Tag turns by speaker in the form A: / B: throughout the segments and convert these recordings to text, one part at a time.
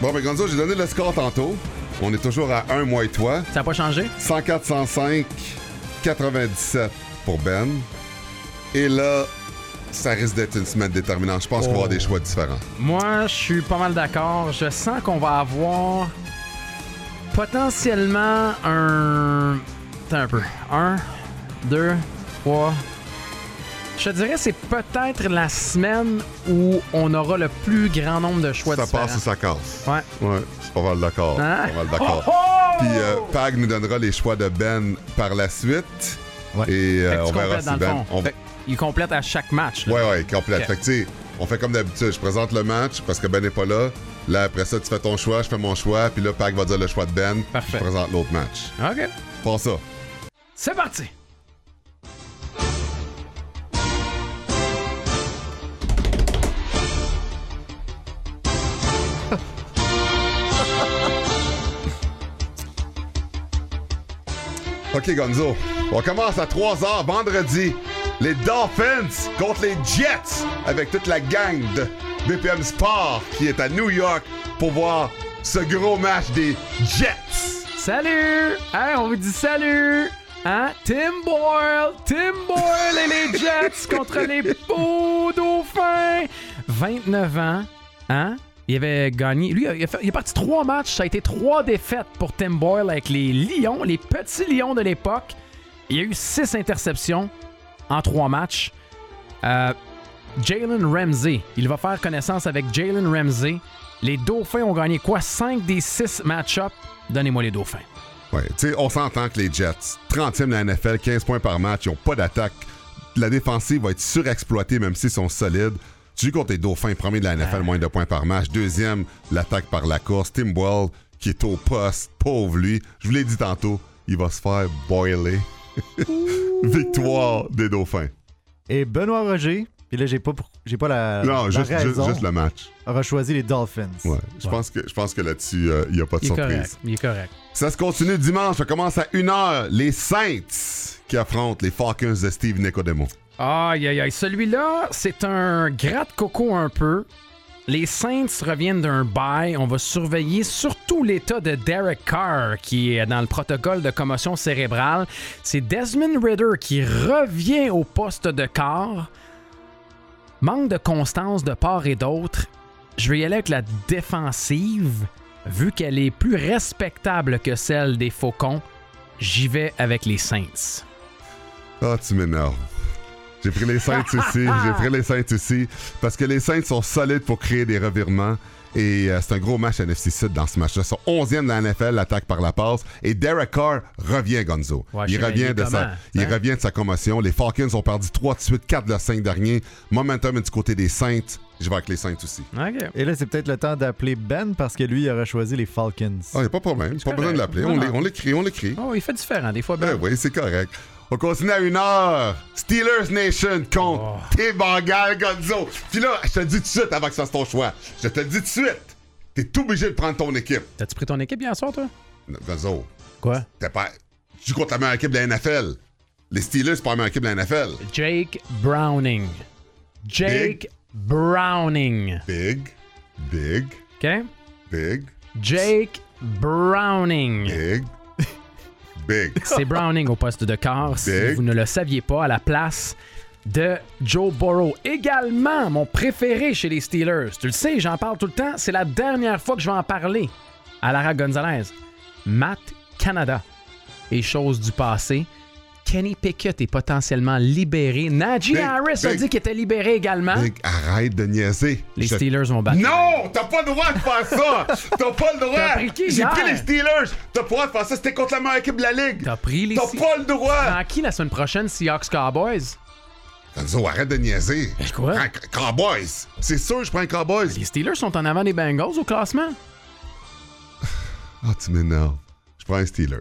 A: Bon, ben, Gonzo, j'ai donné le score tantôt. On est toujours à 1, moi et toi.
B: Ça n'a pas changé?
A: 104, 105, 97 pour Ben. Et là, ça risque d'être une semaine déterminante. Je pense qu'on va avoir des
B: Oh.
A: choix différents.
B: Moi, je suis pas mal d'accord. Je sens qu'on va avoir potentiellement un. Attends un peu. Un, deux, trois. Je te dirais, c'est peut-être la semaine où on aura le plus grand nombre de choix
A: ça
B: différents.
A: passe ou ça casse.
B: Ouais.
A: Ouais, c'est pas mal d'accord.
B: Hein? oh!
A: Pas mal d'accord. Puis euh, Pag nous donnera les choix de Ben par la suite.
C: Ouais.
A: Et euh,
B: Fait que tu
A: on verra
B: complètes
A: si
B: dans le
A: Ben.
B: fond.
A: on-
B: Fait que Il complète à chaque match. là.
A: Ouais, ouais, complète.
B: Ok.
A: Fait que, tu sais, on fait comme d'habitude. Je présente le match parce que Ben n'est pas là. Là, après ça, tu fais ton choix, je fais mon choix. Puis là, Pag va dire le choix de Ben. Je
B: Parfait.
A: présente l'autre match.
B: OK.
A: Pas ça.
B: C'est parti!
A: OK, Gonzo. On commence à 3h vendredi. Les Dolphins contre les Jets avec toute la gang de BPM Sport qui est à New York pour voir ce gros match des Jets.
B: Salut! Hein, on vous dit salut! Hein? Tim Boyle! Tim Boyle et les Jets contre les beaux dauphins! 29 ans, hein? Il avait gagné. Lui, il a, fait- il a parti trois matchs. Ça a été trois défaites pour Tim Boyle avec les Lions, les petits Lions de l'époque. Il y a eu six interceptions en trois matchs. Euh, Jalen Ramsey. Il va faire connaissance avec Jalen Ramsey. Les Dauphins ont gagné quoi? 5 des 6 match-ups. Donnez-moi les Dauphins.
A: Ouais, tu sais, on s'entend que les Jets, 30e de la NFL, 15 points par match, ils n'ont pas d'attaque. La défensive va être surexploitée même s'ils sont solides. Tu joues contre les Dauphins, premier de la NFL, moins de points par match. Deuxième, l'attaque par la course. Tim Boyle, qui est au poste, pauvre lui. Je vous l'ai dit tantôt, il va se faire boiler. Victoire des Dauphins.
C: Et Benoît Roger, puis là, j'ai pas, pour- j'ai pas la.
A: non,
C: la
A: juste, ju-
C: raison,
A: juste le match.
C: aura choisi les Dolphins.
A: Ouais. Je pense que, je pense que là-dessus, euh, il n'y a pas de
B: Il est
A: surprise.
B: correct. Il est correct.
A: Ça se continue dimanche. Ça commence à 1h. Les Saints qui affrontent les Falcons de Steve Nicodemo.
B: Aïe, aïe, aïe. Celui-là, c'est un gratte coco un peu. Les Saints reviennent d'un bail. On va surveiller surtout l'état de Derek Carr, qui est dans le protocole de commotion cérébrale. C'est Desmond Ritter qui revient au poste de Carr. Manque de constance de part et d'autre. Je vais y aller avec la défensive. Vu qu'elle est plus respectable que celle des Faucons, j'y vais avec les Saints.
A: Ah, tu m'énerves. J'ai pris les Saints ici. J'ai pris les Saints ici. Parce que les Saints sont solides pour créer des revirements. Et euh, c'est un gros match NFC Sud dans ce match-là. Ils sont 11e dans la NFL, l'attaque par la passe. Et Derek Carr revient, Gonzo.
B: Ouais, je
A: il
B: sais, il est
A: revient, de
B: comment,
A: sa, il
B: hein?
A: revient de sa commotion. Les Falcons ont perdu 3 de suite, 4 de leurs 5 derniers. Momentum est du côté des Saints. Je vais avec les Saints aussi.
B: OK.
C: Et là, c'est peut-être le temps d'appeler Ben parce que lui, il aura choisi les Falcons.
A: Ah, y a pas de problème. Pas
B: correct.
A: besoin de l'appeler.
B: Non,
A: On
B: non.
A: l'é- On l'écrit, on l'écrit.
B: Oh, il fait différent des fois.
A: Ben
B: Ben,
A: oui, c'est correct. On continue à une heure. Steelers Nation contre tes Bengals Gonzo. Puis là, je te le dis tout de suite avant que ça fasse ton choix. Je te le dis tout de suite. T'es obligé de prendre ton équipe.
B: T'as-tu pris ton équipe hier soir, toi?
A: Non, Gonzo,
B: Quoi?
A: t'es pas. Tu joues contre la meilleure équipe de la NFL. Les Steelers, c'est pas la meilleure équipe de la NFL.
B: Jake Browning. Jake Browning.
A: Big, big,
B: OK?
A: big,
B: Jake Browning.
A: big, big.
B: C'est Browning au poste de corps, si
A: Big.
B: vous ne le saviez pas, à la place de Joe Burrow. Également, mon préféré chez les Steelers. Tu le sais, j'en parle tout le temps. C'est la dernière fois que je vais en parler à Lara Gonzalez. Matt Canada. Et choses du passé. Kenny Pickett est potentiellement libéré. Najee
A: Big,
B: Harris a
A: big.
B: dit qu'il était libéré également.
A: Big, arrête de niaiser.
B: Les
A: Je-
B: Steelers vont battre.
A: Non! T'as pas le droit de faire ça! T'as pas le droit!
B: T'as pris qui
A: J'ai
B: hier?
A: pris les Steelers! T'as pas le droit de faire ça! C'était contre la meilleure équipe de la Ligue!
B: T'as pris les.
A: T'as
B: Si-
A: pas le droit!
B: Prends qui la semaine prochaine, Seahawks Cowboys?
A: Gonzo, arrête de niaiser!
B: Ben quoi?
A: Prends un c- Cowboys! C'est sûr, je prends un Cowboys!
B: Les Steelers sont en avant des Bengals au classement.
A: Ah, tu m'énerves. Je prends un Steelers.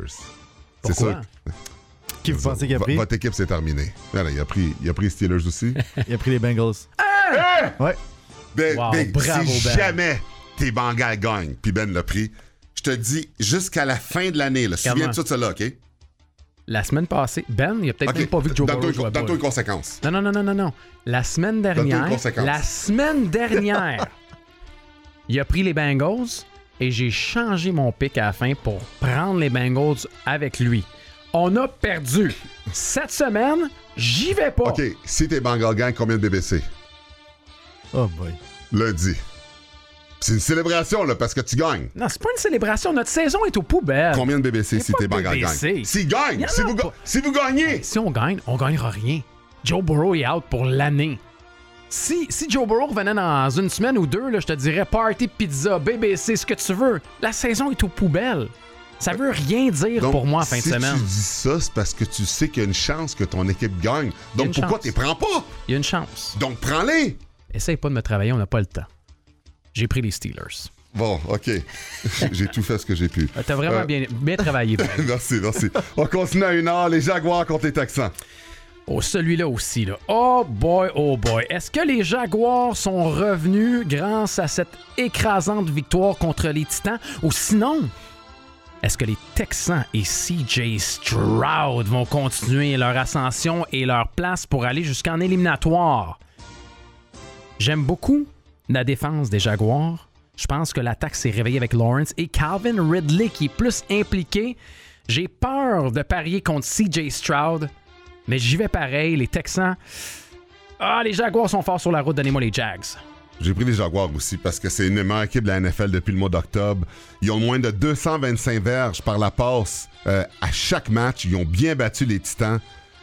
A: C'est
B: Pourquoi?
A: sûr.
C: Qui vous pensez qu'il a
A: V-
C: pris
A: Votre équipe, c'est terminé. Voilà, il a pris, il a pris les Steelers aussi.
C: Il a pris les Bengals. Ouais.
A: Ben,
B: Wow,
A: ben,
B: bravo,
A: si
B: Ben.
A: jamais tes Bengals gagnent, puis Ben l'a pris, je te dis jusqu'à la fin de l'année, là,
B: Comment?
A: souviens-toi de cela, OK?
B: La semaine passée, Ben, il a peut-être
A: OK.
B: même pas vu que Joe Burrow
A: Donne-toi
B: jouait
A: une-
B: pas.
A: donne-toi une conséquence.
B: Non, non, non, non, non, non. La semaine
A: Donne-toi une
B: dernière,
A: conséquence.
B: la semaine dernière, il a pris les Bengals et j'ai changé mon pic à la fin pour prendre les Bengals avec lui. On a perdu. Cette semaine, j'y vais pas.
A: OK, si t'es Bengal Gang, combien de BBC?
C: Oh boy.
A: Lundi. C'est une célébration, là, parce que tu gagnes.
B: Non, c'est pas une célébration. Notre saison est aux poubelles.
A: Combien de BBC
B: y a
A: si
B: pas
A: t'es
B: de
A: Bengal
B: BBC.
A: Gang? S'il
B: Y
A: gagne!
B: en
A: Si
B: a
A: vous, ga-
B: pas.
A: si vous gagnez!
B: Si on gagne, on gagnera rien. Joe Burrow est out pour l'année. Si, si Joe Burrow revenait dans une semaine ou deux, là, je te dirais party, pizza, BBC, ce que tu veux. La saison est aux poubelles. Ça veut rien dire
A: Donc,
B: pour moi en fin
A: si
B: de semaine.
A: tu dis ça, c'est parce que tu sais qu'il y a une chance que ton équipe gagne.
B: une
A: Donc pourquoi
B: chance.
A: t'es prends pas?
B: Il y a une chance.
A: Donc prends-les!
B: Essaye pas de me travailler, on n'a pas le temps. J'ai pris les Steelers.
A: Bon, OK. j'ai tout fait ce que j'ai pu.
B: Euh, T'as vraiment
A: Euh,
B: bien, bien travaillé. Brad.
A: merci, merci. On continue à une heure. Les Jaguars contre les Texans.
B: Oh, celui-là aussi, là. Oh boy, oh boy. Est-ce que les Jaguars sont revenus grâce à cette écrasante victoire contre les Titans? Ou sinon, est-ce que les Texans et CJ Stroud vont continuer leur ascension et leur place pour aller jusqu'en éliminatoire? J'aime beaucoup la défense des Jaguars. Je pense que l'attaque s'est réveillée avec Lawrence et Calvin Ridley qui est plus impliqué. J'ai peur de parier contre CJ Stroud, mais j'y vais pareil. Les Texans. Ah, les Jaguars sont forts sur la route. Donnez-moi les Jags.
A: J'ai pris les Jaguars aussi parce que c'est une des meilleures équipes de la NFL depuis le mois d'octobre. Ils ont moins de 225 verges par la passe euh, à chaque match. Ils ont bien battu les Titans.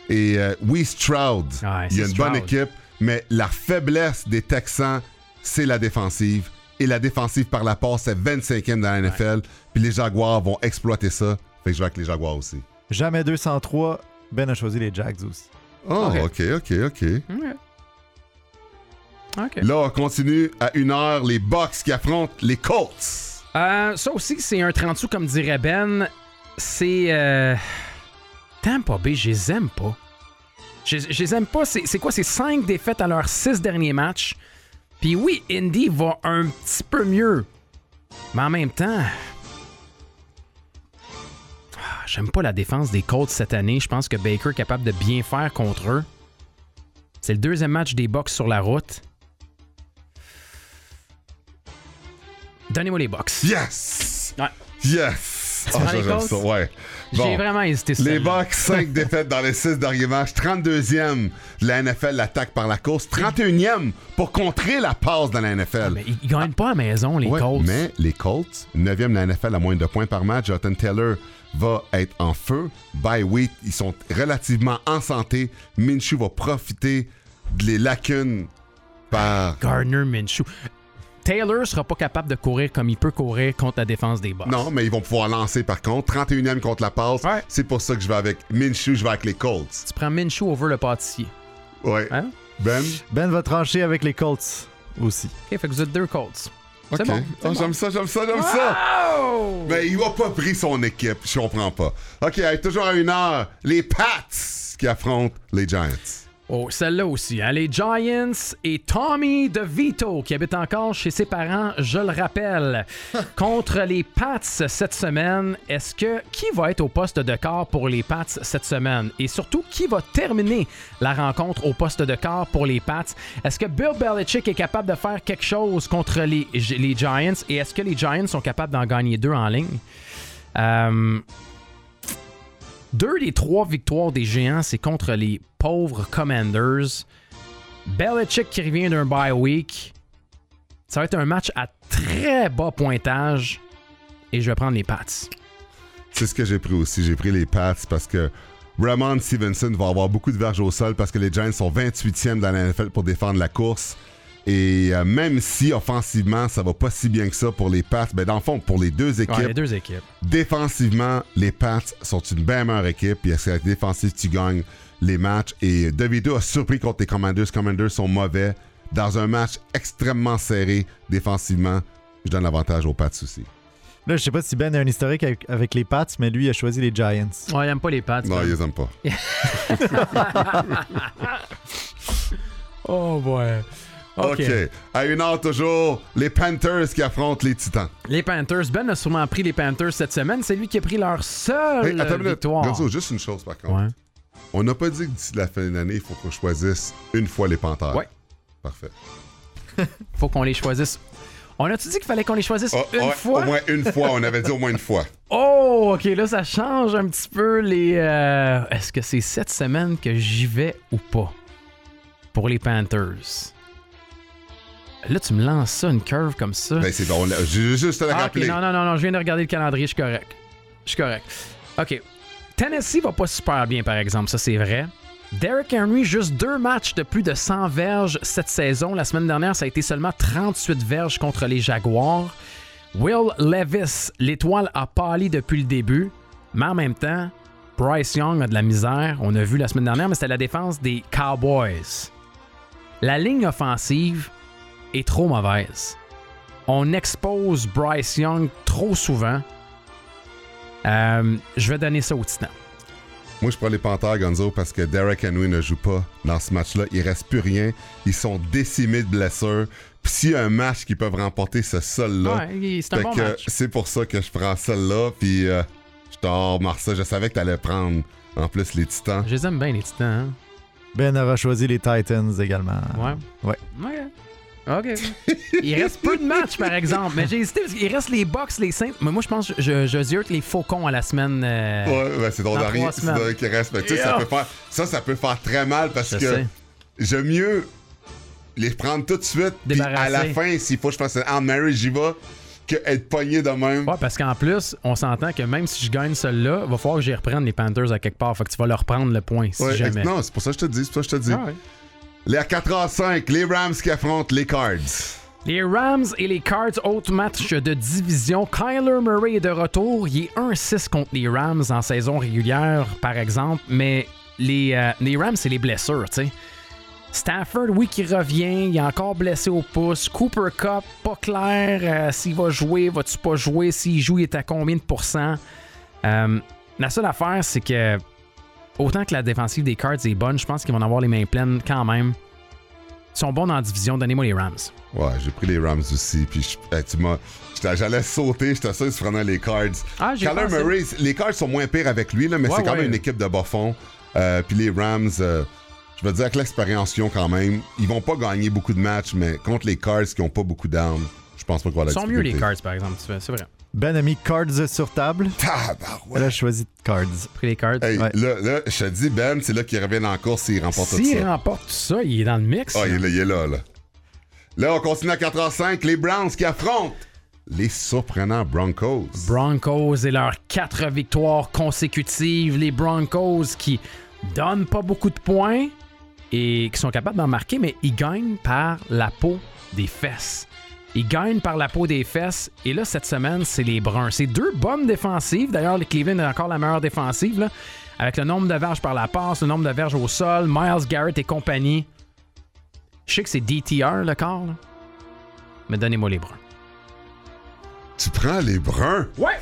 A: Et euh, oui, Stroud,
B: Ouais,
A: il y a
B: c'est
A: une bonne
B: Stroud.
A: équipe, mais la faiblesse des Texans, c'est la défensive. Et la défensive par la passe est 25e dans la NFL. Puis les Jaguars vont exploiter ça. Fait que je vais avec les Jaguars aussi.
C: Jamais 203. Ben a choisi les Jags aussi.
A: Oh, ok,
B: Ok.
A: ok, ok.
B: OK.
A: Là, on continue à une heure les Bucks qui affrontent les Colts.
B: Euh, ça aussi, c'est un 30 sous, comme dirait Ben. C'est. Euh... Tampa Bay, je les aime pas. Je, je les aime pas. C'est c'est quoi? C'est 5 défaites à leurs 6 derniers matchs. Puis oui, Indy va un petit peu mieux. Mais en même temps. ah, J'aime pas la défense des Colts cette année. Je pense que Baker est capable de bien faire contre eux. C'est le deuxième match des Bucks sur la route. Donnez-moi les Bucks.
A: Yes!
B: Ouais.
A: Yes! Ah,
B: Tu prends
A: ça,
B: les
A: j'aime
B: Colts?
A: ça, ouais.
B: J'ai
A: Bon.
B: vraiment hésité sur
A: Les
B: celle-là.
A: Bucks, 5 défaites dans les 6 derniers matchs. 32e de la NFL, l'attaque par la course. 31e pour contrer la passe dans la NFL.
B: Ah, Mais ils ils gagnent pas à la maison, les
A: Ouais,
B: Colts.
A: Mais les Colts, 9e de la NFL à moins de points par match. Jonathan Taylor va être en feu. By Wheat, ils sont relativement en santé. Minshew va profiter des lacunes par
B: Gardner Minshew. Taylor sera pas capable de courir comme il peut courir contre la défense des Bucks.
A: Non, mais ils vont pouvoir lancer par contre. 31e contre la passe.
B: Ouais.
A: C'est pour ça que je vais avec Minshew, je vais avec les Colts.
B: Tu prends Minshew over le pâtissier.
A: Ouais.
B: Hein?
A: Ben,
C: Ben va trancher avec les Colts aussi.
B: OK, fait que vous êtes deux Colts.
A: ok.
B: C'est bon.
A: Oh, j'aime ça, j'aime ça, j'aime ça.
B: Oh!
A: Mais il n'a pas pris son équipe, je comprends pas. OK, hey, toujours à une heure, les Pats qui affrontent les Giants.
B: Oh, celle-là aussi. hein. Les Giants et Tommy DeVito, qui habite encore chez ses parents, je le rappelle, contre les Pats cette semaine. Est-ce que qui va être au poste de quart pour les Pats cette semaine? Et surtout, qui va terminer la rencontre au poste de quart pour les Pats? Est-ce que Bill Belichick est capable de faire quelque chose contre les, les Giants? Et est-ce que les Giants sont capables d'en gagner deux en ligne? Euh, deux des trois victoires des Géants, c'est contre les pauvres Commanders. Belichick qui revient d'un bye week. Ça va être un match à très bas pointage. Et je vais prendre les Pats.
A: C'est ce que j'ai pris aussi. J'ai pris les Pats parce que Ramon Stevenson va avoir beaucoup de verges au sol parce que les Giants sont 28e dans la NFL pour défendre la course. Et euh, même si offensivement, ça va pas si bien que ça pour les Pats, ben dans le fond, pour les deux équipes,
B: Ouais, les deux équipes.
A: Défensivement, les Pats sont une bien meilleure équipe. Puis est-ce que la défensive, tu gagnes les matchs? Et euh, DeVito a surpris contre les Commanders. Les Commanders sont mauvais. Dans un match extrêmement serré défensivement, je donne l'avantage aux Pats aussi.
C: Là, je sais pas si Ben a un historique avec, avec les Pats, mais lui, il a choisi les Giants.
B: Ouais, j'aime pas les Pats.
A: Non,
B: Ben.
A: ils les aiment pas.
B: Oh, ouais.
A: OK. À une heure toujours, les Panthers qui affrontent les Titans.
B: Les Panthers. Ben a sûrement pris les Panthers cette semaine. C'est lui qui a pris leur seule
A: Hey, attends une minute.
B: victoire.
A: Gonzo, juste une chose par contre.
B: Ouais.
A: On n'a pas dit que d'ici la fin de l'année, il faut qu'on choisisse une fois les Panthers.
B: Ouais.
A: Parfait.
B: Faut qu'on les choisisse. On a-tu dit qu'il fallait qu'on les choisisse
A: Oh,
B: une
A: ouais,
B: fois?
A: Au moins une fois, on avait dit au moins une fois.
B: Oh, ok, là, ça change un petit peu les. euh, Est-ce que c'est cette semaine que j'y vais ou pas? Pour les Panthers. Là, tu me lances ça, une curve comme ça.
A: Ben, c'est bon, on l'a- j'ai juste à la
B: Ah, ok,
A: rappeler.
B: non, non, non, non, je viens de regarder le calendrier, je suis correct. Je suis correct. OK. Tennessee va pas super bien, par exemple, ça c'est vrai. Derrick Henry, juste deux matchs de plus de 100 verges cette saison. La semaine dernière, ça a été seulement 38 verges contre les Jaguars. Will Levis, l'étoile a pâli depuis le début, mais en même temps, Bryce Young a de la misère. On a vu la semaine dernière, mais c'était la défense des Cowboys. La ligne offensive est trop mauvaise on expose Bryce Young trop souvent. Euh, je vais donner ça au Titan.
A: Moi, je prends les Panthers, Gonzo, parce que Derek Henry ne joue pas dans ce match-là. Il reste plus rien. Ils sont décimés de blessures. Puis s'il y a un match qu'ils peuvent remporter, ce seul-là.
B: Ouais, c'est
A: Fait
B: un bon
A: que
B: match.
A: c'est pour ça que je prends celle-là. Puis euh, je t'en ça. Je savais que t'allais prendre en plus les Titans.
B: Je les aime bien, les Titans.
C: Ben aura choisi les Titans également.
B: hein? Ouais.
C: Ouais.
B: OK. Il reste peu de matchs, par exemple. Mais j'ai hésité parce qu'il reste les Bucks, les Saints. Mais moi, je pense que je, je ziote les Faucons à la semaine. euh,
A: Ouais, ben, c'est ton
B: Dans
A: dernier
B: trois
A: c'est
B: semaines.
A: ton dernier qui reste. Fait que, tu sais, ça,
B: Yeah.
A: peut faire, ça, ça peut faire très mal parce
B: Je
A: que
B: sais.
A: j'aime mieux les prendre tout de suite. Puis à la
B: Débarrasser.
A: fin, s'il faut que je fasse un Hail Mary, j'y vais, que être pogné de même.
B: Ouais, parce qu'en plus, on s'entend que même si je gagne celle-là, va falloir que j'y reprenne les Panthers à quelque part. Fait que tu vas leur prendre le point si
A: Ouais,
B: jamais.
A: Non, c'est pour ça que je te dis, c'est pour ça que je te dis.
B: Ah ouais.
A: Les 4h05, les Rams qui affrontent les Cards.
B: Les Rams et les Cards, autre match de division. Kyler Murray est de retour. Il est 1-6 contre les Rams en saison régulière, par exemple. Mais les, euh, les Rams, c'est les blessures, tu sais. Stafford, oui, qui revient. Il est encore blessé au pouce. Cooper Cup, pas clair. euh, s'il va jouer, va-tu pas jouer? S'il joue, il est à combien de pourcents? Euh, la seule affaire, c'est que autant que la défensive des Cards est bonne, je pense qu'ils vont en avoir les mains pleines quand même. Ils sont bons dans la division. Donnez-moi les Rams.
A: Ouais, j'ai pris les Rams aussi. Puis je- eh, tu m'as. j'étais- J'allais sauter, j'étais sûr que tu prenais les Cards.
B: Ah, j'ai
A: Kyler
B: pensé.
A: Murray, les Cards sont moins pires avec lui, là, mais
B: Ouais,
A: c'est quand
B: ouais.
A: même une équipe de bas fond. Euh, puis les Rams, euh, je veux dire que l'expérience qu'ils ont quand même, ils vont pas gagner beaucoup de matchs, mais contre les Cards qui ont pas beaucoup d'armes, je pense pas qu'on va la
B: Ils sont mieux les
A: difficulté.
B: cards, par exemple, tu fais, c'est vrai.
C: Ben a mis cards sur table.
A: Tabarouette.
C: Elle a choisi cards.
B: Pris les cards.
A: Hey,
C: Ouais.
A: là, là, je te dis, Ben, c'est là qu'il revient en course s'il remporte tout ça.
B: S'il remporte tout ça, il est dans le mix.
A: Ah, il est là, il est là, là. Là, on continue à 4h05. Les Browns qui affrontent les surprenants Broncos.
B: Broncos et leurs quatre victoires consécutives. Les Broncos qui donnent pas beaucoup de points et qui sont capables d'en marquer, mais ils gagnent par la peau des fesses. Ils gagnent par la peau des fesses. Et là, cette semaine, c'est les Bruns. C'est deux bonnes défensives. D'ailleurs, les Cleveland est encore la meilleure défensive, là, avec le nombre de verges par la passe, le nombre de verges au sol, Miles Garrett et compagnie. Je sais que c'est DTR, le corps, là. mais donnez-moi les Bruns.
A: Tu prends les Bruns?
B: Ouais!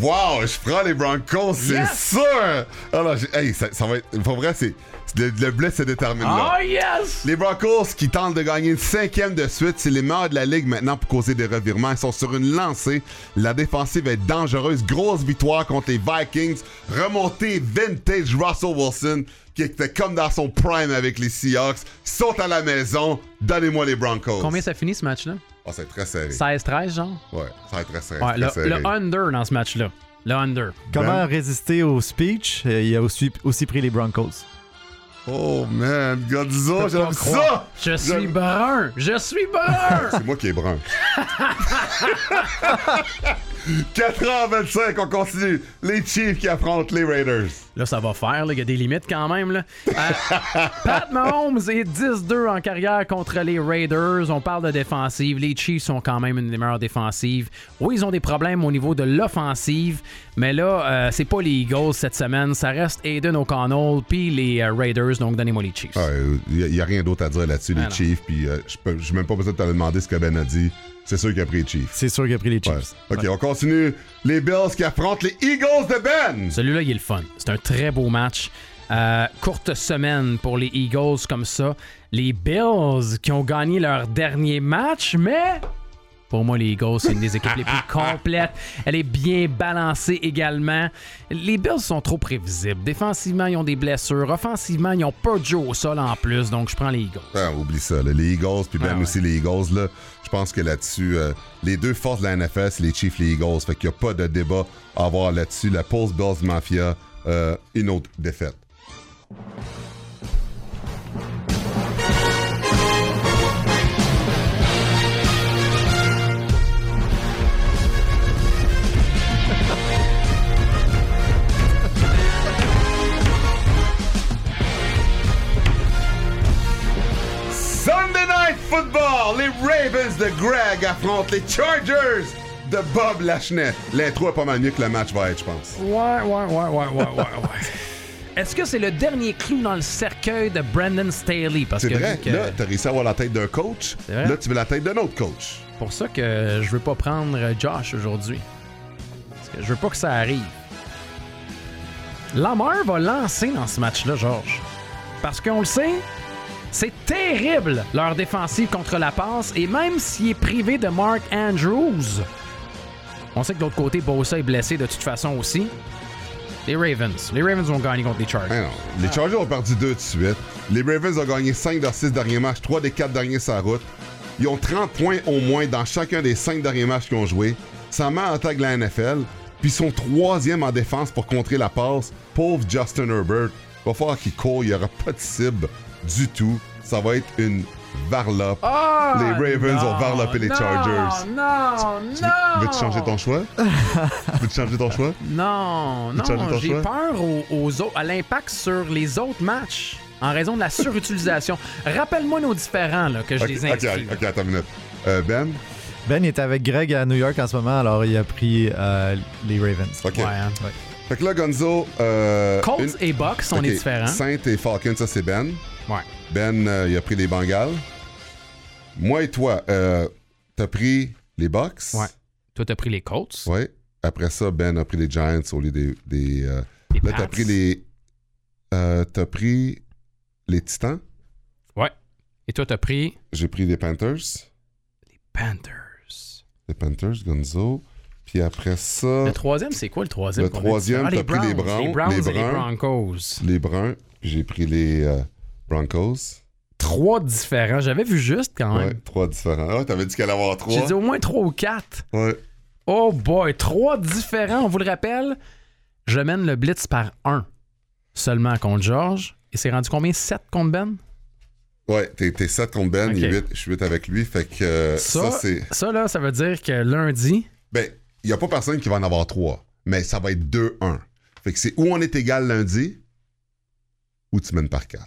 A: Wow, je prends les Broncos, c'est
B: Yes!
A: sûr! Alors, j'ai- hey, ça, ça va être. Pour vrai, c'est. c'est- Le, le blitz se détermine là.
B: Oh yes!
A: Les Broncos qui tentent de gagner une cinquième de suite, c'est les meilleurs de la ligue maintenant pour causer des revirements. Ils sont sur une lancée. La défensive est dangereuse. Grosse victoire contre les Vikings. Remontée vintage Russell Wilson qui était comme dans son prime avec les Seahawks. Ils sont à la maison. Donnez-moi les Broncos.
B: Combien ça finit ce match-là?
A: Oh, c'est très serré.
B: 16-13, genre?
A: Ouais, ça va être très serré.
B: Ouais,
A: très
B: le,
A: serré.
B: le under dans ce match-là. Le under.
A: Ben.
C: Comment résister au speech Euh, Il a aussi, aussi pris les Broncos.
A: Oh man, Godzilla,
B: Je peux
A: j'aime
B: pas croire.
A: ça!
B: Je suis
A: J'aime-
B: brun! Je suis brun!
A: C'est moi qui est brun. 4h25, on continue. Les Chiefs qui affrontent les Raiders.
B: Là, ça va faire, là. il y a des limites quand même. Là. Euh, Pat Mahomes est 10-2 en carrière contre les Raiders. On parle de défensive. Les Chiefs sont quand même une des meilleures défensives. Oui, ils ont des problèmes au niveau de l'offensive, mais là, euh, c'est pas les Eagles cette semaine. Ça reste Aiden O'Connell puis les euh, Raiders, donc donnez-moi
A: Ah,
B: les Chiefs.
A: Il n'y a, rien d'autre à dire là-dessus, les
B: Ah, non.
A: Chiefs. Puis euh, je peux- j'ai même pas besoin de te demander ce que Ben a dit. C'est sûr qu'il a pris les Chiefs.
C: C'est sûr qu'il a pris les
A: Ouais.
C: Chiefs.
A: Ok, on continue. Les Bills qui affrontent les Eagles de Ben.
B: Celui-là, il est le fun. C'est un très beau match. Euh, courte semaine pour les Eagles comme ça. Les Bills qui ont gagné leur dernier match, mais Pour moi, les Eagles, c'est une des équipes les plus complètes. Elle est bien balancée également. Les Bills sont trop prévisibles. Défensivement, ils ont des blessures. Offensivement, ils ont pas de jeu au sol en plus. Donc, je prends les Eagles.
A: Ah, oublie ça, là. les Eagles, puis même
B: Ah ouais.
A: aussi les Eagles, là, je pense que là-dessus, euh, les deux forces de la NFL, c'est les Chiefs les Eagles. Fait qu'il n'y a pas de débat à avoir là-dessus. La Pulse Bills Mafia, euh, une autre défaite. Sunday Night Football, les Ravens de Greg affrontent les Chargers de Bob Lachenay. L'intro est pas mal mieux que le match va être, je pense.
B: Ouais, ouais, ouais, ouais, ouais, ouais, ouais. Est-ce que c'est le dernier clou dans le cercueil de Brandon Staley? Parce
A: C'est
B: que,
A: vrai,
B: vu que-
A: là, t'as réussi à avoir la tête d'un coach.
B: C'est vrai. hein?
A: Là, tu veux la tête d'un autre coach.
B: pour ça que je veux pas prendre Josh aujourd'hui. Parce que je veux pas que ça arrive. Lamar va lancer dans ce match-là, George. Parce qu'on le sait, c'est terrible leur défensive contre la passe. Et même s'il est privé de Mark Andrews, on sait que de l'autre côté, Bosa est blessé de toute façon aussi. Les Ravens. Les Ravens vont gagner contre les Chargers.
A: Ah non, Les Chargers ont perdu deux de suite. Les Ravens ont gagné 5 des 6 derniers matchs, 3 des 4 derniers sur la route. Ils ont 30 points au moins dans chacun des 5 derniers matchs qu'ils ont joués. Ça met en attaque la NFL. Puis ils sont troisième en défense pour contrer la passe. Pauvre Justin Herbert. Va falloir qu'il court. Il n'y aura pas de cible du tout. Ça va être une varlope.
B: Ah,
A: Les Ravens
B: non,
A: ont varlopé les
B: Ah, non,
A: Chargers.
B: Non,
A: Tu veux-
B: non!
A: Veux-tu changer ton choix? Veux-tu changer ton choix?
B: Non,
A: Tu changes
B: non,
A: ton
B: j'ai
A: choix?
B: peur aux, aux autres- à l'impact sur les autres matchs en raison de la surutilisation. Rappelle-moi nos différents là, que je
A: Ok,
B: les
A: ok,
B: inscris.
A: ok, attends une minute. Euh, ben?
C: Ben est avec Greg à New York en ce moment, alors il a pris euh, les Ravens.
A: Ok.
B: Ouais, hein.
A: Fait que là, Gonzo. Euh,
B: Colts
A: une-
B: et Bucks, on
A: Ok,
B: est différents.
A: Sainte et Falcon, ça c'est Ben.
B: Ouais.
A: Ben, euh, il a pris les Bengals. Moi et toi, euh, t'as pris les Bucks.
B: Ouais. Toi, t'as pris les Colts.
A: Ouais. Après ça, Ben a pris les Giants au lieu des. des, euh,
B: les
A: Là, t'as
B: Pats.
A: pris les. euh, t'as pris les Titans.
B: Ouais. Et toi, t'as pris
A: J'ai pris les Panthers.
B: Panthers.
A: Les Panthers, Gonzo. Puis après ça,
B: Le troisième, c'est quoi le troisième?
A: Euh, Le
B: qu'on a dit?
A: troisième,
B: ah, les
A: t'as pris les
B: Browns,
A: Browns, les
B: et les
A: Bruns.
B: Broncos.
A: les Bruns. Puis j'ai pris les euh, Broncos.
B: Trois différents. J'avais vu juste quand
A: Ouais.
B: même.
A: trois différents. Ah, t'avais dit qu'elle allait avoir trois.
B: J'ai dit au moins trois ou quatre.
A: Ouais.
B: Oh boy, trois différents, on vous le rappelle. Je mène le blitz par un seulement contre George. Et c'est rendu combien? 7 contre
A: Euh,
B: Ben?
A: Ouais, t'es, t'es 7 contre Ben,
B: Ok.
A: il est 8, je suis 8 avec lui, fait que euh, ça, c'est...
B: ça, là, ça veut dire que lundi,
A: Ben, il a pas personne qui va en avoir 3, mais ça va être 2-1. Fait que c'est où on est égal lundi, ou tu mènes par 4.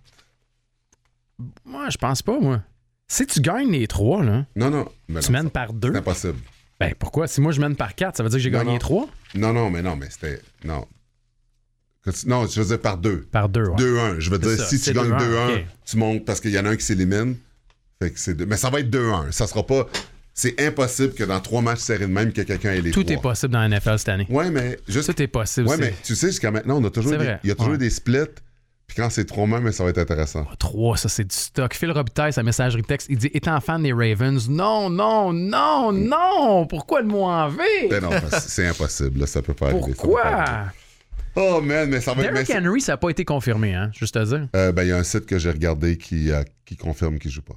B: moi, je pense pas, moi. Si tu gagnes les trois, là,
A: Non, non, mais
B: tu
A: Ah non,
B: mènes par deux.
A: c'est impossible.
B: Ben pourquoi? Si moi je mène par quatre, ça veut dire que j'ai
A: Non,
B: gagné
A: non.
B: trois?
A: Non, non, mais non, mais c'était... Non. Que tu- Non, je faisais par 2.
B: Par deux, ouais.
A: 2-1, je veux
B: C'est
A: dire,
B: ça,
A: si tu
B: c'est
A: gagnes
B: 2-1,
A: 2-1,
B: ok.
A: tu montes, parce qu'il y en a un qui s'élimine, fait que c'est deux. Mais ça va être 2-1, ça sera pas... C'est impossible que dans 3 matchs serrés de même, que quelqu'un ait les
B: Tout
A: trois.
B: est possible dans la NFL cette année.
A: Ouais, mais juste
B: Tout est possible.
A: Ouais,
B: c'est
A: mais tu sais, jusqu'à maintenant, on a toujours
B: C'est
A: des-
B: vrai,
A: il y a toujours
B: ouais.
A: des splits. Puis quand c'est trop mains, mais ça va être intéressant.
B: Trois, ça c'est du stock. Phil Robitaille, sa messagerie texte, il dit étant fan des Ravens, non, non, non, non, pourquoi le mot en V?
A: Ben non, parce que c'est impossible, là, ça peut pas arriver. ça peut pas arriver.
B: Pourquoi?
A: Oh man, mais ça va être. mais
B: Derrick
A: c'est-
B: Henry, ça n'a pas été confirmé, hein, juste à dire.
A: Euh, ben, il y a un site que j'ai regardé qui, euh, qui confirme qu'il joue pas.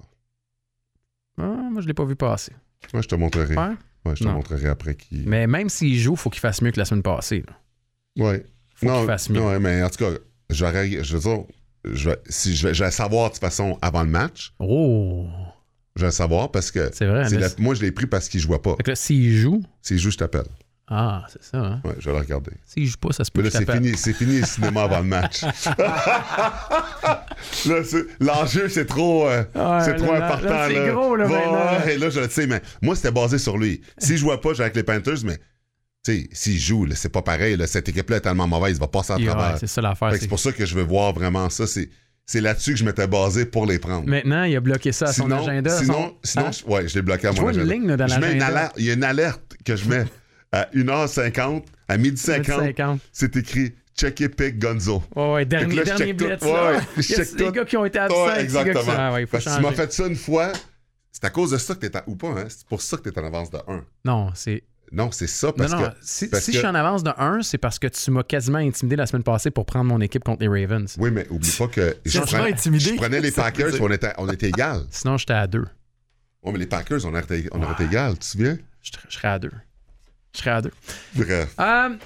B: Ah, moi, je l'ai pas vu passer.
A: Moi, je te montrerai.
B: Ouais.
A: Ouais, je te
B: Non.
A: montrerai après qui.
B: Mais même s'il joue, faut qu'il fasse mieux que la semaine passée. là.
A: Ouais.
B: Faut
A: non,
B: qu'il fasse mieux.
A: ouais, mais en tout cas, j'aurais. Je veux dire, je vais, si je vais, je vais savoir de toute façon avant le match.
B: Oh,
A: Je vais le savoir parce que.
B: c'est vrai.
A: c'est
B: là,
A: la-
B: c'est-
A: moi, je l'ai pris parce qu'il jouait pas.
B: Fait que là, s'il joue,
A: S'il joue, je t'appelle.
B: ah, c'est ça. Hein?
A: Ouais, je vais le regarder.
B: S'il joue pas, ça se peut
A: Mais
B: que
A: là,
B: je
A: c'est
B: t'appelle.
A: fini, c'est fini le cinéma avant le match. Là, c'est- l'enjeu, c'est trop, euh,
B: Ah,
A: c'est
B: là,
A: trop
B: là,
A: important.
B: là, c'est gros, là,
A: Ouais,
B: maintenant, là.
A: ouais, là, je le sais, mais moi, c'était basé sur lui. S'il jouait pas, j'étais avec les Panthers, mais tu sais, s'il joue, là, c'est pas pareil. là, cette équipe-là est tellement mauvaise, il va passer à
B: Yeah,
A: travers.
B: ouais, c'est ça
A: Fait
B: l'affaire.
A: que c'est
B: c'est-
A: pour ça que je veux voir vraiment ça. C'est c'est là-dessus que je m'étais basé pour les prendre.
B: Maintenant, il a bloqué ça à son agenda. à son-
A: Sinon, sinon
B: Hein?
A: je, ouais, je l'ai bloqué à
B: Je
A: mon
B: vois une
A: agenda.
B: ligne, là, dans
A: je mets une
B: l'agenda.
A: alerte, il y a une alerte que je mets à 1h50, à 12h50,
B: 50.
A: c'est écrit Checker Pick Gonzo.
B: Ouais, ouais,
A: Fait que
B: dernier,
A: là, je
B: dernier
A: check tout.
B: blitz.
A: Ouais,
B: là.
A: ouais, je
B: Il y a
A: check
B: des
A: tout.
B: gars qui ont été absents.
A: Ouais,
B: des gars qui sont-
A: exactement.
B: Ah, ouais, il faut
A: Parce que tu m'as
B: changer.
A: fait ça une fois, C'est à cause de ça que t'es en... Ou pas, hein? C'est pour ça que t'es en avance de 1.
B: Non, c'est.
A: Non, c'est ça
B: Non,
A: parce
B: non.
A: que...
B: Si,
A: parce
B: si
A: que-
B: je suis en avance de 1, c'est parce que tu m'as quasiment intimidé la semaine passée pour prendre mon équipe contre les Ravens.
A: Oui, mais oublie pas que... Je,
C: Quasiment
A: prenais-
C: intimidé.
A: je prenais les
C: Ça
A: Packers
C: faisait-
A: on était, on était égal.
B: Sinon, j'étais à 2.
A: Oui, mais les Packers, on aurait été, on aurait été égal, tu te souviens?
B: Je je serais à 2. Je serais à 2.
A: Bref.
B: Euh,